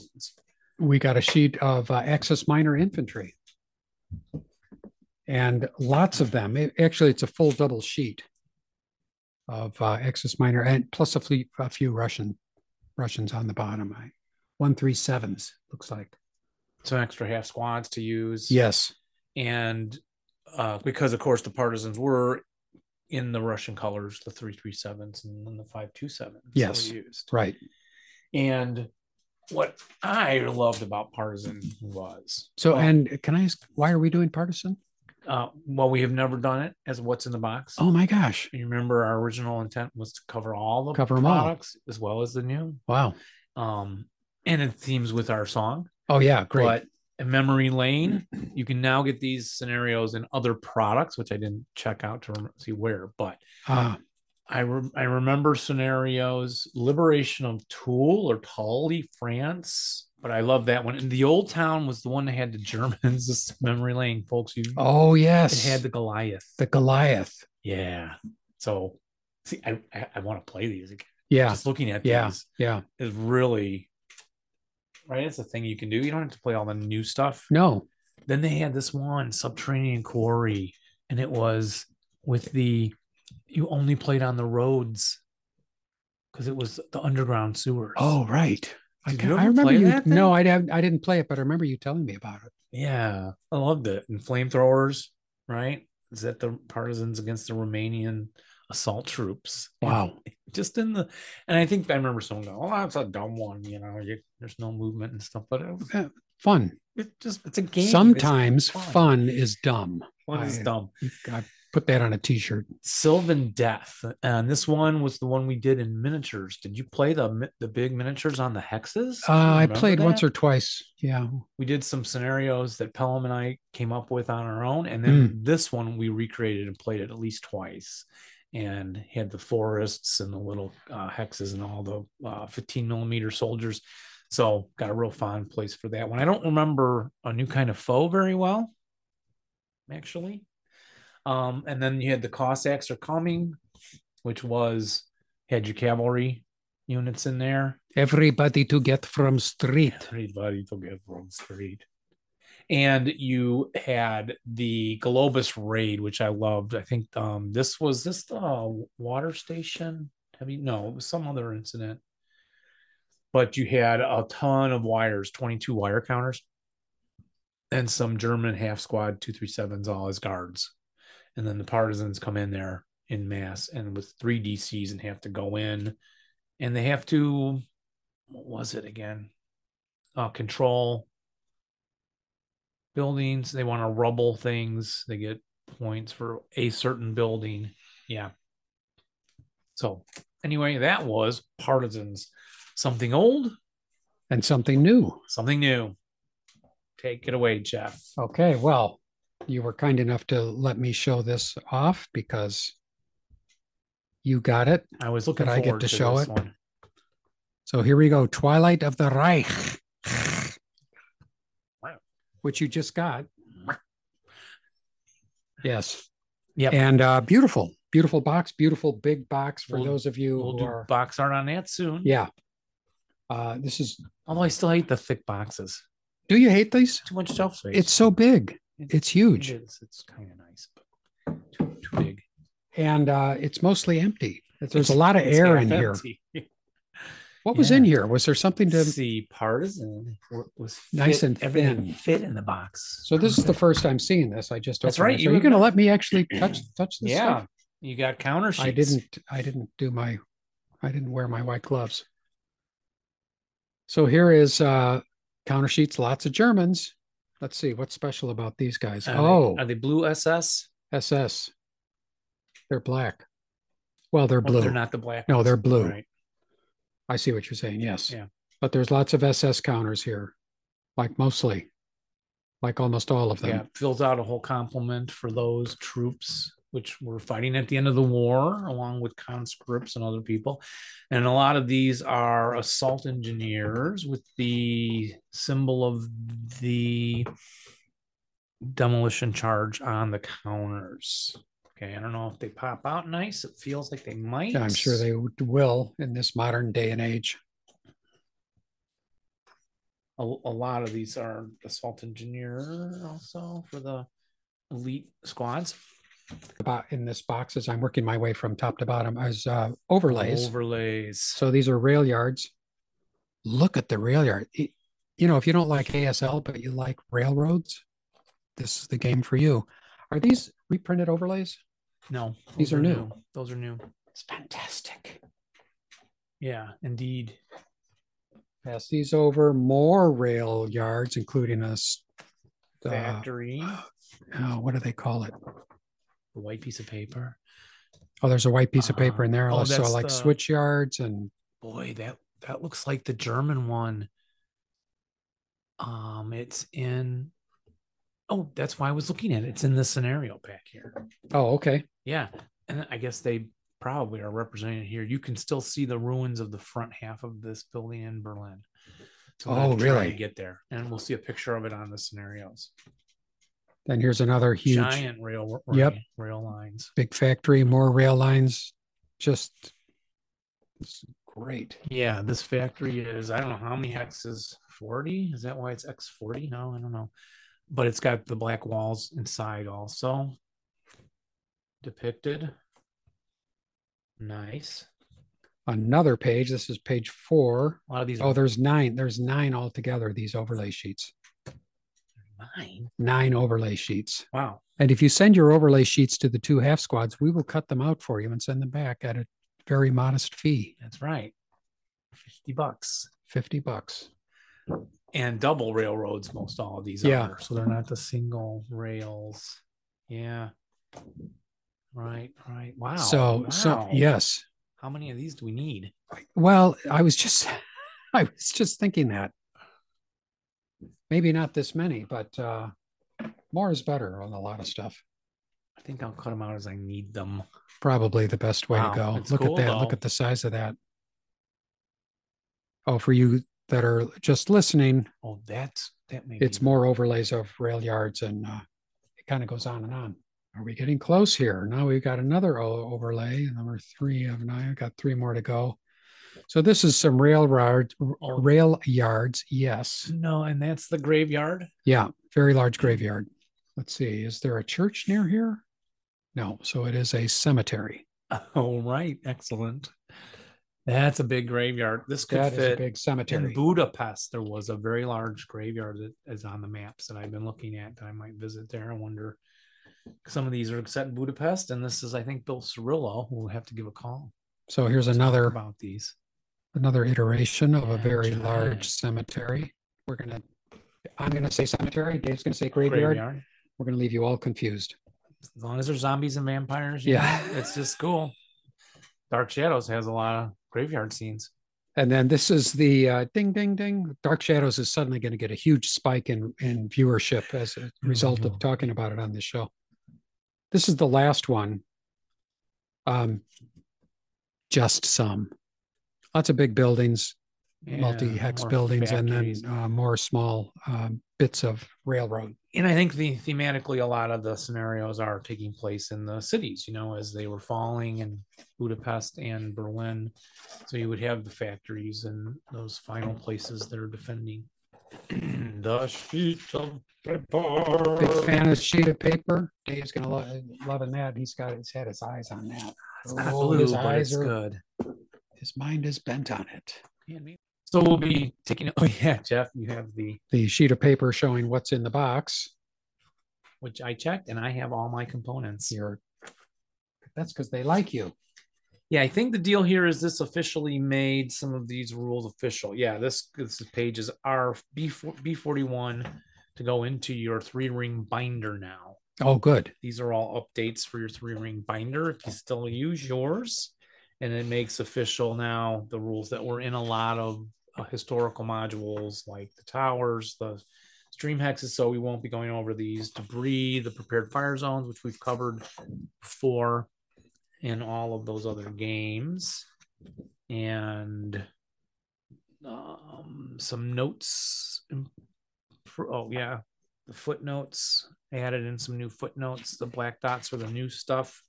we got a sheet of uh, Axis Minor infantry, and lots of them. It- actually, it's a full double sheet of uh, Axis Minor, and plus a, fle- a few Russian Russians on the bottom. I one three sevens looks like. some extra half squads to use. Yes, And uh, because, of course, the partisans were in the Russian colors, the 337s and then the 527s Yes. were used. right. And what I loved about partisan was So, well, and can I ask why are we doing partisan? uh, while we have never done it as what's in the box, Oh my gosh! you remember our original intent was to cover all the Cover 'em all. products as well as the new. Wow. Um, and it themes with our song. Oh yeah, great. But in memory lane. You can now get these scenarios in other products, which I didn't check out to rem- see where, but Ah, I re- I remember scenarios liberation of Toul or Tully, France. But I love that one. And the old town was the one that had the Germans. This is memory lane, folks. You oh it yes, had the Goliath. the Goliath. yeah. So see, I I, I want to play these again. Yeah, Just looking at Yeah. these yeah. is really right. It's a thing you can do. You don't have to play all the new stuff. No, Then they had this one subterranean quarry, and it was with the you only played on the roads because it was the underground sewers. Oh, right. I, Did ca- you I ever remember play you. that No, I, didn't- I didn't play it, but I remember you telling me about it. yeah, I loved it. And flamethrowers, right? Is that the partisans against the Romanian assault troops? Wow. just in the and I think I remember someone going, "Oh, that's a dumb one," you know. You, there's no movement and stuff, but it was Fun. it just it's a game. It's Sometimes fun. fun is dumb. One is I- dumb. I put that on a t shirt. Sylvan Death, and this one was the one we did in miniatures. Did you play the mi- the big miniatures on the hexes? Do Uh, you I remember played once that? or twice. Yeah. we did some scenarios that Pelham and I came up with on our own, and then this one we recreated and played it at least twice, and had the forests and the little uh, hexes and all the uh, 15 millimeter soldiers. So got a real fond place for that one. I don't remember a new kind of foe very well, actually. Um, and then you had the Cossacks are coming, which was had your cavalry units in there Everybody to get from street. anybody to get from street. And you had the Globus raid, which I loved. I think um, this was this the uh, water station. Have you no? It was some other incident. But you had a ton of wires, twenty-two wire counters, and some German half squad two three sevens all as guards, and then the partisans come in there in mass and with three DCs and have to go in, and they have to. What was it again? uh, control buildings. They want to rubble things. They get points for a certain building. Yeah. So, anyway, that was Partisans. Something old, and something new. something new. Take it away, Jeff. Okay, well, you were kind enough to let me show this off because you got it. I was looking Did I forward get to show this it? one. So here we go Twilight of the Reich, which you just got. Yes. Yep. And uh, beautiful, beautiful box, beautiful big box for We'll- those of you We'll who do are. box art on that soon. Yeah. Uh, this is. Although I still hate the thick boxes. Do you hate these? Too much shelf space. It's so big. It's huge. It is. It's kind of nice, but too, too big. And uh, it's mostly empty. There's a It's- lot of it's air half in here. empty. What was Yeah. in here? Was there something to see partisan w- was Nice fit- and everything thin. fit in the box. So this is the first time seeing this. I just That's opened right, It. you So you're going to remember. let me actually touch touch this yeah. stuff. You got counter sheets. I didn't. I didn't do my. I didn't wear my white gloves. So here is uh, counter sheets. Lots of Germans. Let's see what's special about these guys. Are Uh, they- oh, are they blue SS? SS. They're black. Well, they're Well, blue. they're not the black. No, ones. they're blue. Right. I see what you're saying. Yes. Yeah. But there's lots of SS counters here, like mostly, like almost all of them. Yeah, fills out a whole complement for those troops which were fighting at the end of the war, along with conscripts and other people. And a lot of these are assault engineers with the symbol of the demolition charge on the counters. Okay, I don't know if they pop out nice. It feels like they might. Yeah, I'm sure they would- will in this modern day and age. a, a lot of these are assault engineer also for the elite squads About in this box, as I'm working my way from top to bottom, as uh, overlays. overlays. So these are rail yards. Look at the rail yard. It- you know, if you don't like ASL but you like railroads, this is the game for you. Are these reprinted overlays? No, These those are new. Those are new. It's fantastic. Yeah, indeed. Pass these over. More rail yards, including a s- uh, Factory, oh, what do they call it? the white piece of paper. Oh, there's a white piece of paper in there. Uh, oh, also, that's like the- switch yards and Boy, that that looks like the German one. Um, it's in. Oh, that's why I was looking at it. It's in the scenario pack here. Oh, okay. Yeah, and I guess they probably are represented here. You can still see the ruins of the front half of this building in Berlin. So we'll Oh, have to try really? to Get there, and we'll see a picture of it on the scenarios. Then here's another huge, Giant rail, Yep. rail lines. big factory, more rail lines. Just it's great. Yeah, this factory is I don't know how many X's forty. Is that why it's X forty? No, I don't know. But it's got the black walls inside also depicted. Nice. Another page. This is page four. A lot of these Oh, are there's nine. There's nine altogether. These overlay sheets. mine. Nine overlay sheets. Wow. And if you send your overlay sheets to the two half squads, we will cut them out for you and send them back at a very modest fee, That's right. 50 bucks. fifty bucks. And double railroads, most all of these Yeah. are. So they're not the single rails. Yeah. Right, right. Wow. so, so wow. yes, How many of these do we need? Well, I was just, I was just thinking that. Maybe not this many, but uh, more is better on a lot of stuff. I think I'll cut them out as I need them. Probably the best way Wow, to go. that's Look cool, at that. Look though. at the size of that. Oh, for you that are just listening, Oh, that's that may it's be- more overlays of rail yards and uh, it kind of goes on and on. Are we getting close here? Now we've got another o- overlay, number three of nine. I've got three more to go. So this is some railroad Oh. rail yards. Yes. No, and that's the graveyard. Yeah, very large graveyard. Let's see, is there a church near here? No, so it is a cemetery. All right, excellent. That's a big graveyard. This could That is a fit big in cemetery. Budapest. There was a very large graveyard that is on the maps that I've been looking at that I might visit there. I wonder some of these are set in Budapest, and this is I think Bill Cirillo who will have to give a call So here's another about these. another iteration of a Yeah, very giant. large cemetery. We're gonna, I'm gonna say cemetery. Dave's gonna say graveyard. Graveyard. We're gonna leave you all confused. As long as there's zombies and vampires, you Yeah. know, it's just cool. Dark Shadows has a lot of graveyard scenes. And then this is the uh, ding, ding, ding. Dark Shadows is suddenly going to get a huge spike in, in viewership as a result no. of talking about it on this show. This is the last one. Um, just some. Lots of big buildings, Yeah, multi hex more buildings, factories. and then uh, more small um, bits of railroad. and I think the thematically a lot of the scenarios are taking place in the cities, you know, as they were falling in Budapest and Berlin. So you would have the factories and those final places that are defending the sheets of paper. Big fan of sheet of paper. Dave's going to love loving that. He's got his had his eyes on that. It's not Oh, blue, his but eyes it's are- good. His mind is bent on it. So we'll be taking. Oh yeah, Jeff, you have the The sheet of paper showing what's in the box. which I checked, and I have all my components. you're that's because they like you Yeah, I think the deal here is this officially made some of these rules official. Yeah, this this pages are B B forty one to go into your three ring binder now. oh good These are all updates for your three ring binder. If you still use yours, and it makes official now the rules that were in a lot of uh, historical modules like the towers, the stream hexes. So we won't be going over these debris, the prepared fire zones, which we've covered before in all of those other games, and um, some notes. im- for- Oh yeah, the footnotes added in some new footnotes. The black dots are the new stuff.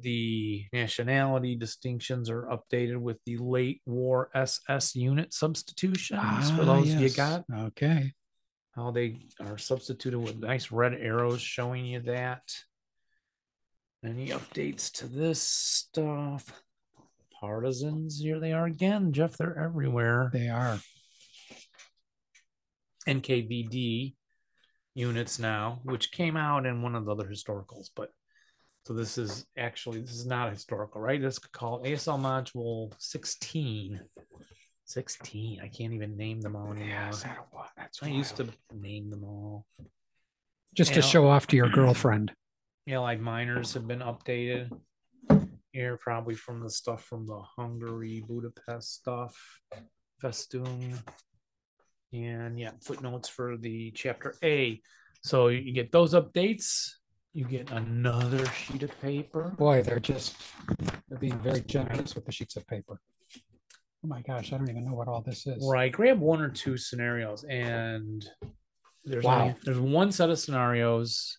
The nationality distinctions are updated with the late war SS unit substitutions Ah, for those you got okay how they are substituted with nice red arrows showing you that. Any updates to this stuff? Partisans, here they are again, Jeff. They're everywhere. they are NKVD units now, which came out in one of the other historicals, but so this is actually this is not historical, right? This could call it ASL module 16. 16. I can't even name them Oh, all anymore. that's I used to name them all. just to Yeah. show off to your girlfriend Yeah, like minors have been updated here, probably from the stuff from the Hungary Budapest stuff festoon. and yeah, footnotes for the chapter A. So you get those updates. You get another sheet of paper. Boy, they're just they're being very generous with the sheets of paper. Oh my gosh, I don't even know what all this is. Right, grab one or two scenarios, and there's Wow. only- there's one set of scenarios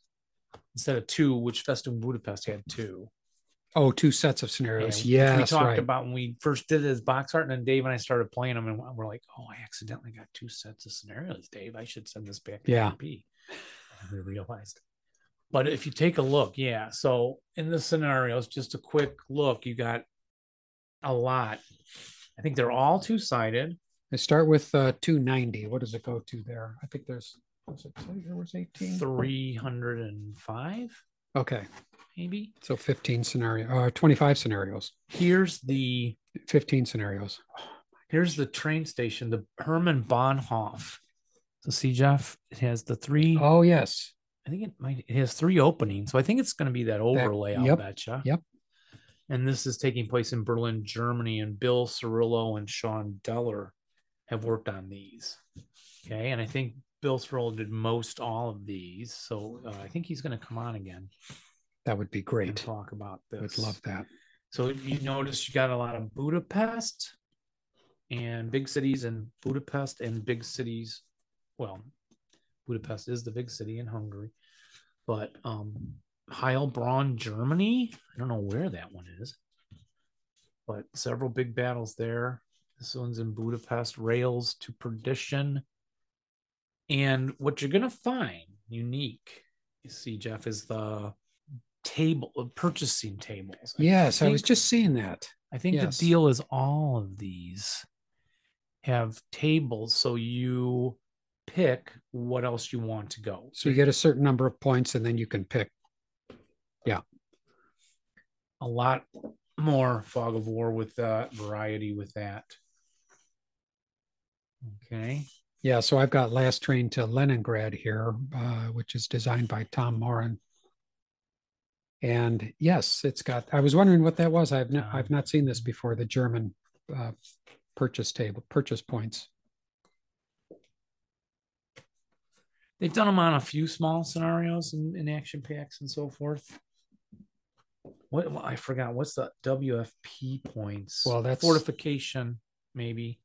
instead of two, which Festoon Budapest had two. Oh, two sets of Yeah, scenarios. which we yes, talked right. about when we first did it as box art, and then Dave and I started playing them, and we're like, "Oh, I accidentally got two sets of scenarios, Dave. I should send this back to Yeah. DP." And we realized. But if you take a look, yeah. So in the scenarios, just a quick look, you got a lot. I think they're all two sided. They start with uh, 290. What does it go to there? I think there's was it say there was 18? Three hundred and five, Okay, maybe. so 15 scenario, uh, 25 scenarios, Here's the 15 scenarios. here's the train station, the Herman Bonhoff. So see, Jeff, it has the three. Oh yes, I think it might it has three openings. So I think it's going to be that overlay, I'll yep, betcha. yep. And this is taking place in Berlin, Germany, and Bill Cirillo and Sean Deller have worked on these. Okay. And I think Bill Cirillo did most all of these. So uh, I think he's going to come on again that would be and great. talk about this. Would love that. So you notice you got a lot of Budapest and big cities and Budapest and big cities. Well, Budapest is the big city in Hungary, but um, Heilbronn, Germany. I don't know where that one is, but several big battles there. This one's in Budapest, Rails to Perdition. And what you're going to find unique, you see, Jeff, is the table, purchasing tables. I Yes, I was think- just seeing that. I think Yes. the deal is all of these have tables, so you pick what else you want to go. So you get a certain number of points, and then you can pick. a lot more fog of war with that variety with that. Okay. Yeah, so I've got Last Train to Leningrad here, uh, which is designed by Tom Moran. And yes, it's got. I was wondering what that was. I've not, I've not seen this before. The German uh, purchase table, purchase points. They've done them on a few small scenarios and, and action packs and so forth. What what- I forgot. What's the WFP points? Well, that's- fortification, maybe.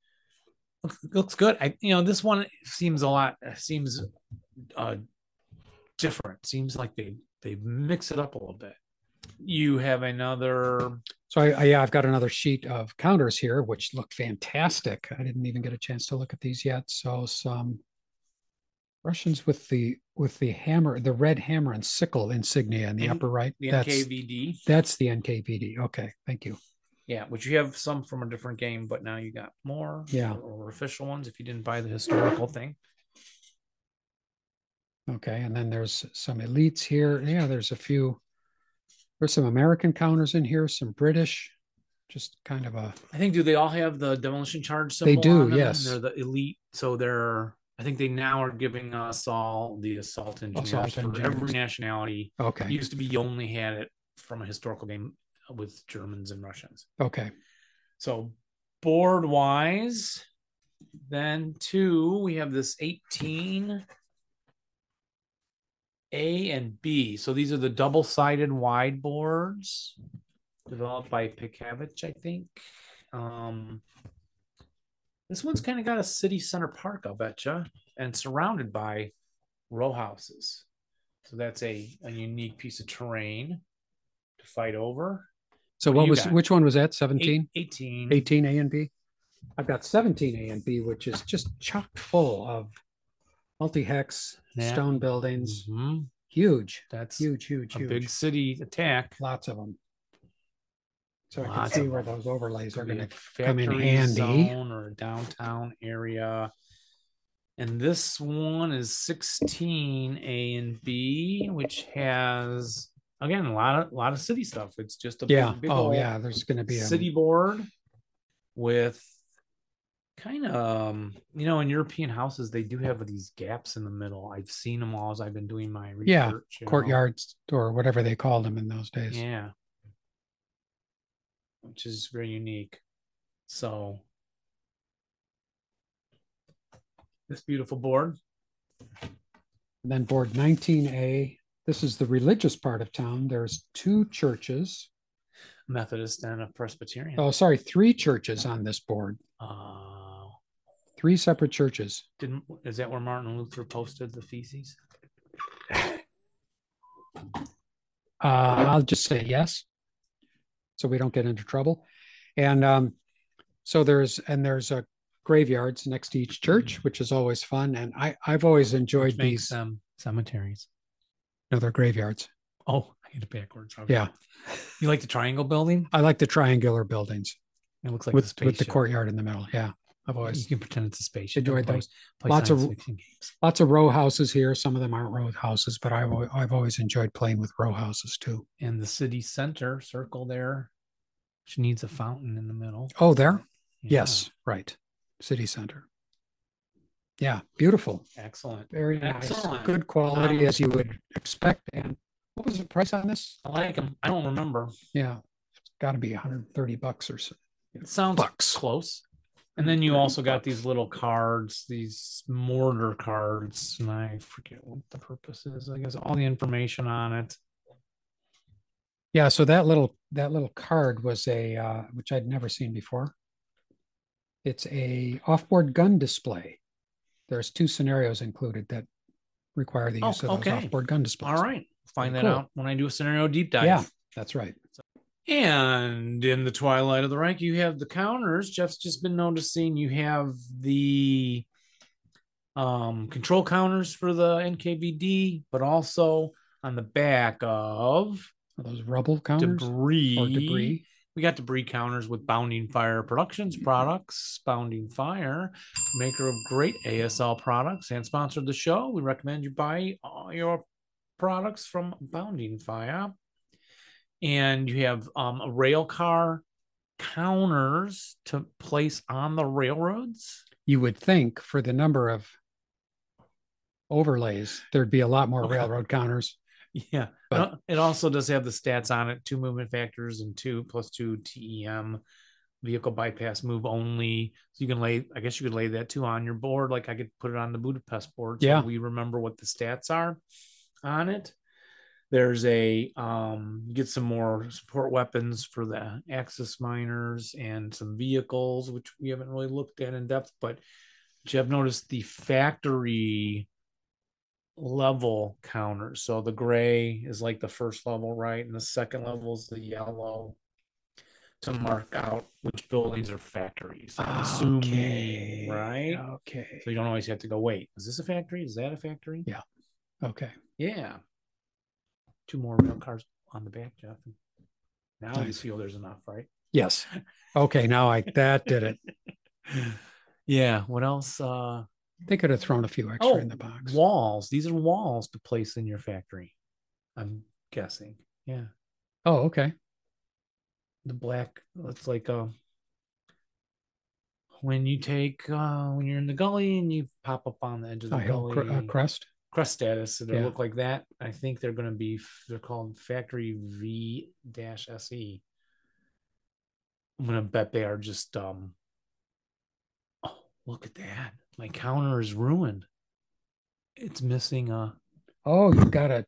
Looks, looks good. I you know this one seems a lot seems uh, different. Seems like they they mix it up a little bit. You have another So I, I yeah, I've got another sheet of counters here, which look fantastic. I didn't even get a chance to look at these yet. So some Russians with the with the hammer, the red hammer and sickle insignia in the N- upper right. the that's NKVD. that's the NKVD. Okay, thank you. Yeah, which you have some from a different game, but now you got more. Yeah. or official ones if you didn't buy the historical thing. Okay, and then there's some elites here. Yeah, there's a few. There's some American counters in here, some British. Just kind of a I think do they all have the demolition charge They symbol? do, on them? yes. They're the elite, so they're. I think they now are giving us all the assault engineers Assault for engineers. every nationality. It okay, used to be you only had it from a historical game with Germans and Russians. okay. So board wise, then two we have this eighteen. A and B. So these are the double-sided wide boards developed by Pikavich, I think. Um, this one's kind of got a city center park, I'll betcha, and surrounded by row houses. So that's a, a unique piece of terrain to fight over. So What do what you was got? which one was that? Eight- Seventeen. 18. 18 A and B. I've got 17 A and B, which is just chock full of multi-hex Yeah. stone buildings. Mhm. Huge, That's huge, huge, a huge. big city attack. Lots of them. So I can Lots see of where those overlays are Could be going a to. come in factory handy. zone or a downtown area. And this one is 16 A and B, which has again a lot of lot of city stuff. It's just a big- Yeah. big oh ol' yeah. There's going to be a city board with kind of um, you know in European houses they do have these gaps in the middle. I've seen them all as I've been doing my research. Yeah, you know. courtyards or whatever they called them in those days. Yeah. Which is very unique. So this beautiful board. And then board 19A, this is the religious part of town. There's two churches. Methodist and a Presbyterian. Oh, sorry, three churches on this board, Uh, three separate churches. didn't is that where Martin Luther posted the feces? Uh, I'll just say yes, so we don't get into trouble. And um, so there's and there's a graveyards next to each church, which is always fun. And I I've always enjoyed Mm-hmm. Which makes these. them cemeteries. No, they're graveyards. Oh, I hit it backwards. Okay. Yeah, You like the triangle building? I like the triangular buildings It looks like with a spaceship. Mm-hmm. with the courtyard in the middle. Yeah, I've You always can pretend it's a spaceship. enjoyed and play- those. play Lots of- science fiction games. Lots of row houses here. Some of them aren't row houses, but I've al- I've always enjoyed playing with row houses too. And the city center circle there, which needs a fountain in the middle. Oh, there. Yeah, Yes, right. City center. Yeah, beautiful. Excellent. Very nice. Excellent. Good quality Um, as you would expect. And what was the price on this? I like them. I don't remember. Yeah, it's got to be 130 bucks or so. It sounds Bucks. close. And then you also got these little cards, these mortar cards, and I forget what the purpose is. I guess all the information on it. Yeah, so that little that little card was a uh, which I'd never seen before. It's a offboard gun display. There's two scenarios included that require the Oh, use of okay. those offboard gun displays. All right, find that Cool. out when I do a scenario deep dive. Yeah. that's right. And in the twilight of the rank, you have the counters. Jeff's just been noticing you have the um, control counters for the NKVD, but also on the back of Are those rubble counters debris. or debris? We got debris counters with Bounding Fire Productions products. Bounding Fire, maker of great ASL products and sponsor of the show. We recommend you buy all your products from Bounding Fire. And you have um, rail car counters to place on the railroads. You would think for the number of overlays, there'd be a lot more Okay. railroad counters. Yeah. But- Uh, it also does have the stats on it two movement factors and two plus two TEM vehicle bypass move only. So you can lay, I guess you could lay that too on your board. Like I could put it on the Budapest board. So Yeah. We remember what the stats are on it. There's a, um, get some more support weapons for the Axis miners and some vehicles, which we haven't really looked at in depth, but Jeff noticed the factory level counters. So the gray is like the first level, right? And the second level is the yellow to mark out which buildings are factories. I'm assuming, right? Okay. So you don't always have to go, wait, is this a factory? Is that a factory? Yeah. Okay. Yeah. Two more rail cars on the back, Jeff. Now you Nice. feel there's enough, right? Yes. Okay. Now I that did it. Yeah. What else? Uh They could have thrown a few extra Oh, in the box. walls. These are walls to place in your factory. I'm guessing. Yeah. oh, okay. the black it's like um when you take uh when you're in the gully and you pop up on the edge of the A hill gully cr- uh, crest. crust status so they Yeah. look like that i think they're going to be f- they're called factory v dash se i'm going to bet they are just um oh look at that my counter is ruined it's missing a Oh, you got a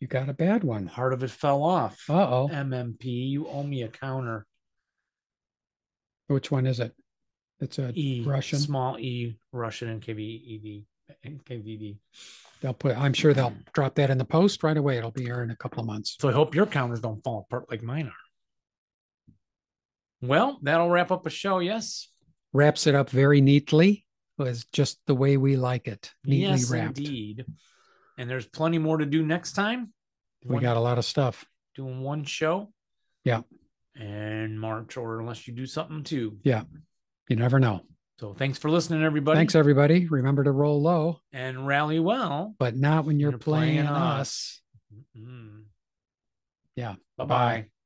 you got a bad one. part of it fell off Uh oh. mmp you owe me a counter Which one is it? It's a E Russian. small e Russian and E, KVED KVD. They'll put. I'm sure they'll drop that in the post right away. It'll be here in a couple of months. So I hope your counters don't fall apart like mine are. Well, that'll wrap up a show. Yes, Wraps it up very neatly. Was just the way we like it. Neatly yes, wrapped. indeed. And there's plenty more to do next time. We One- got a lot of stuff. doing one show. Yeah. And March, or unless you do something too. You never know. So thanks for listening, everybody. Thanks everybody. Remember to roll low, And rally well. but not when you're, playing, us. Mhm. Yeah. Bye-bye. Bye.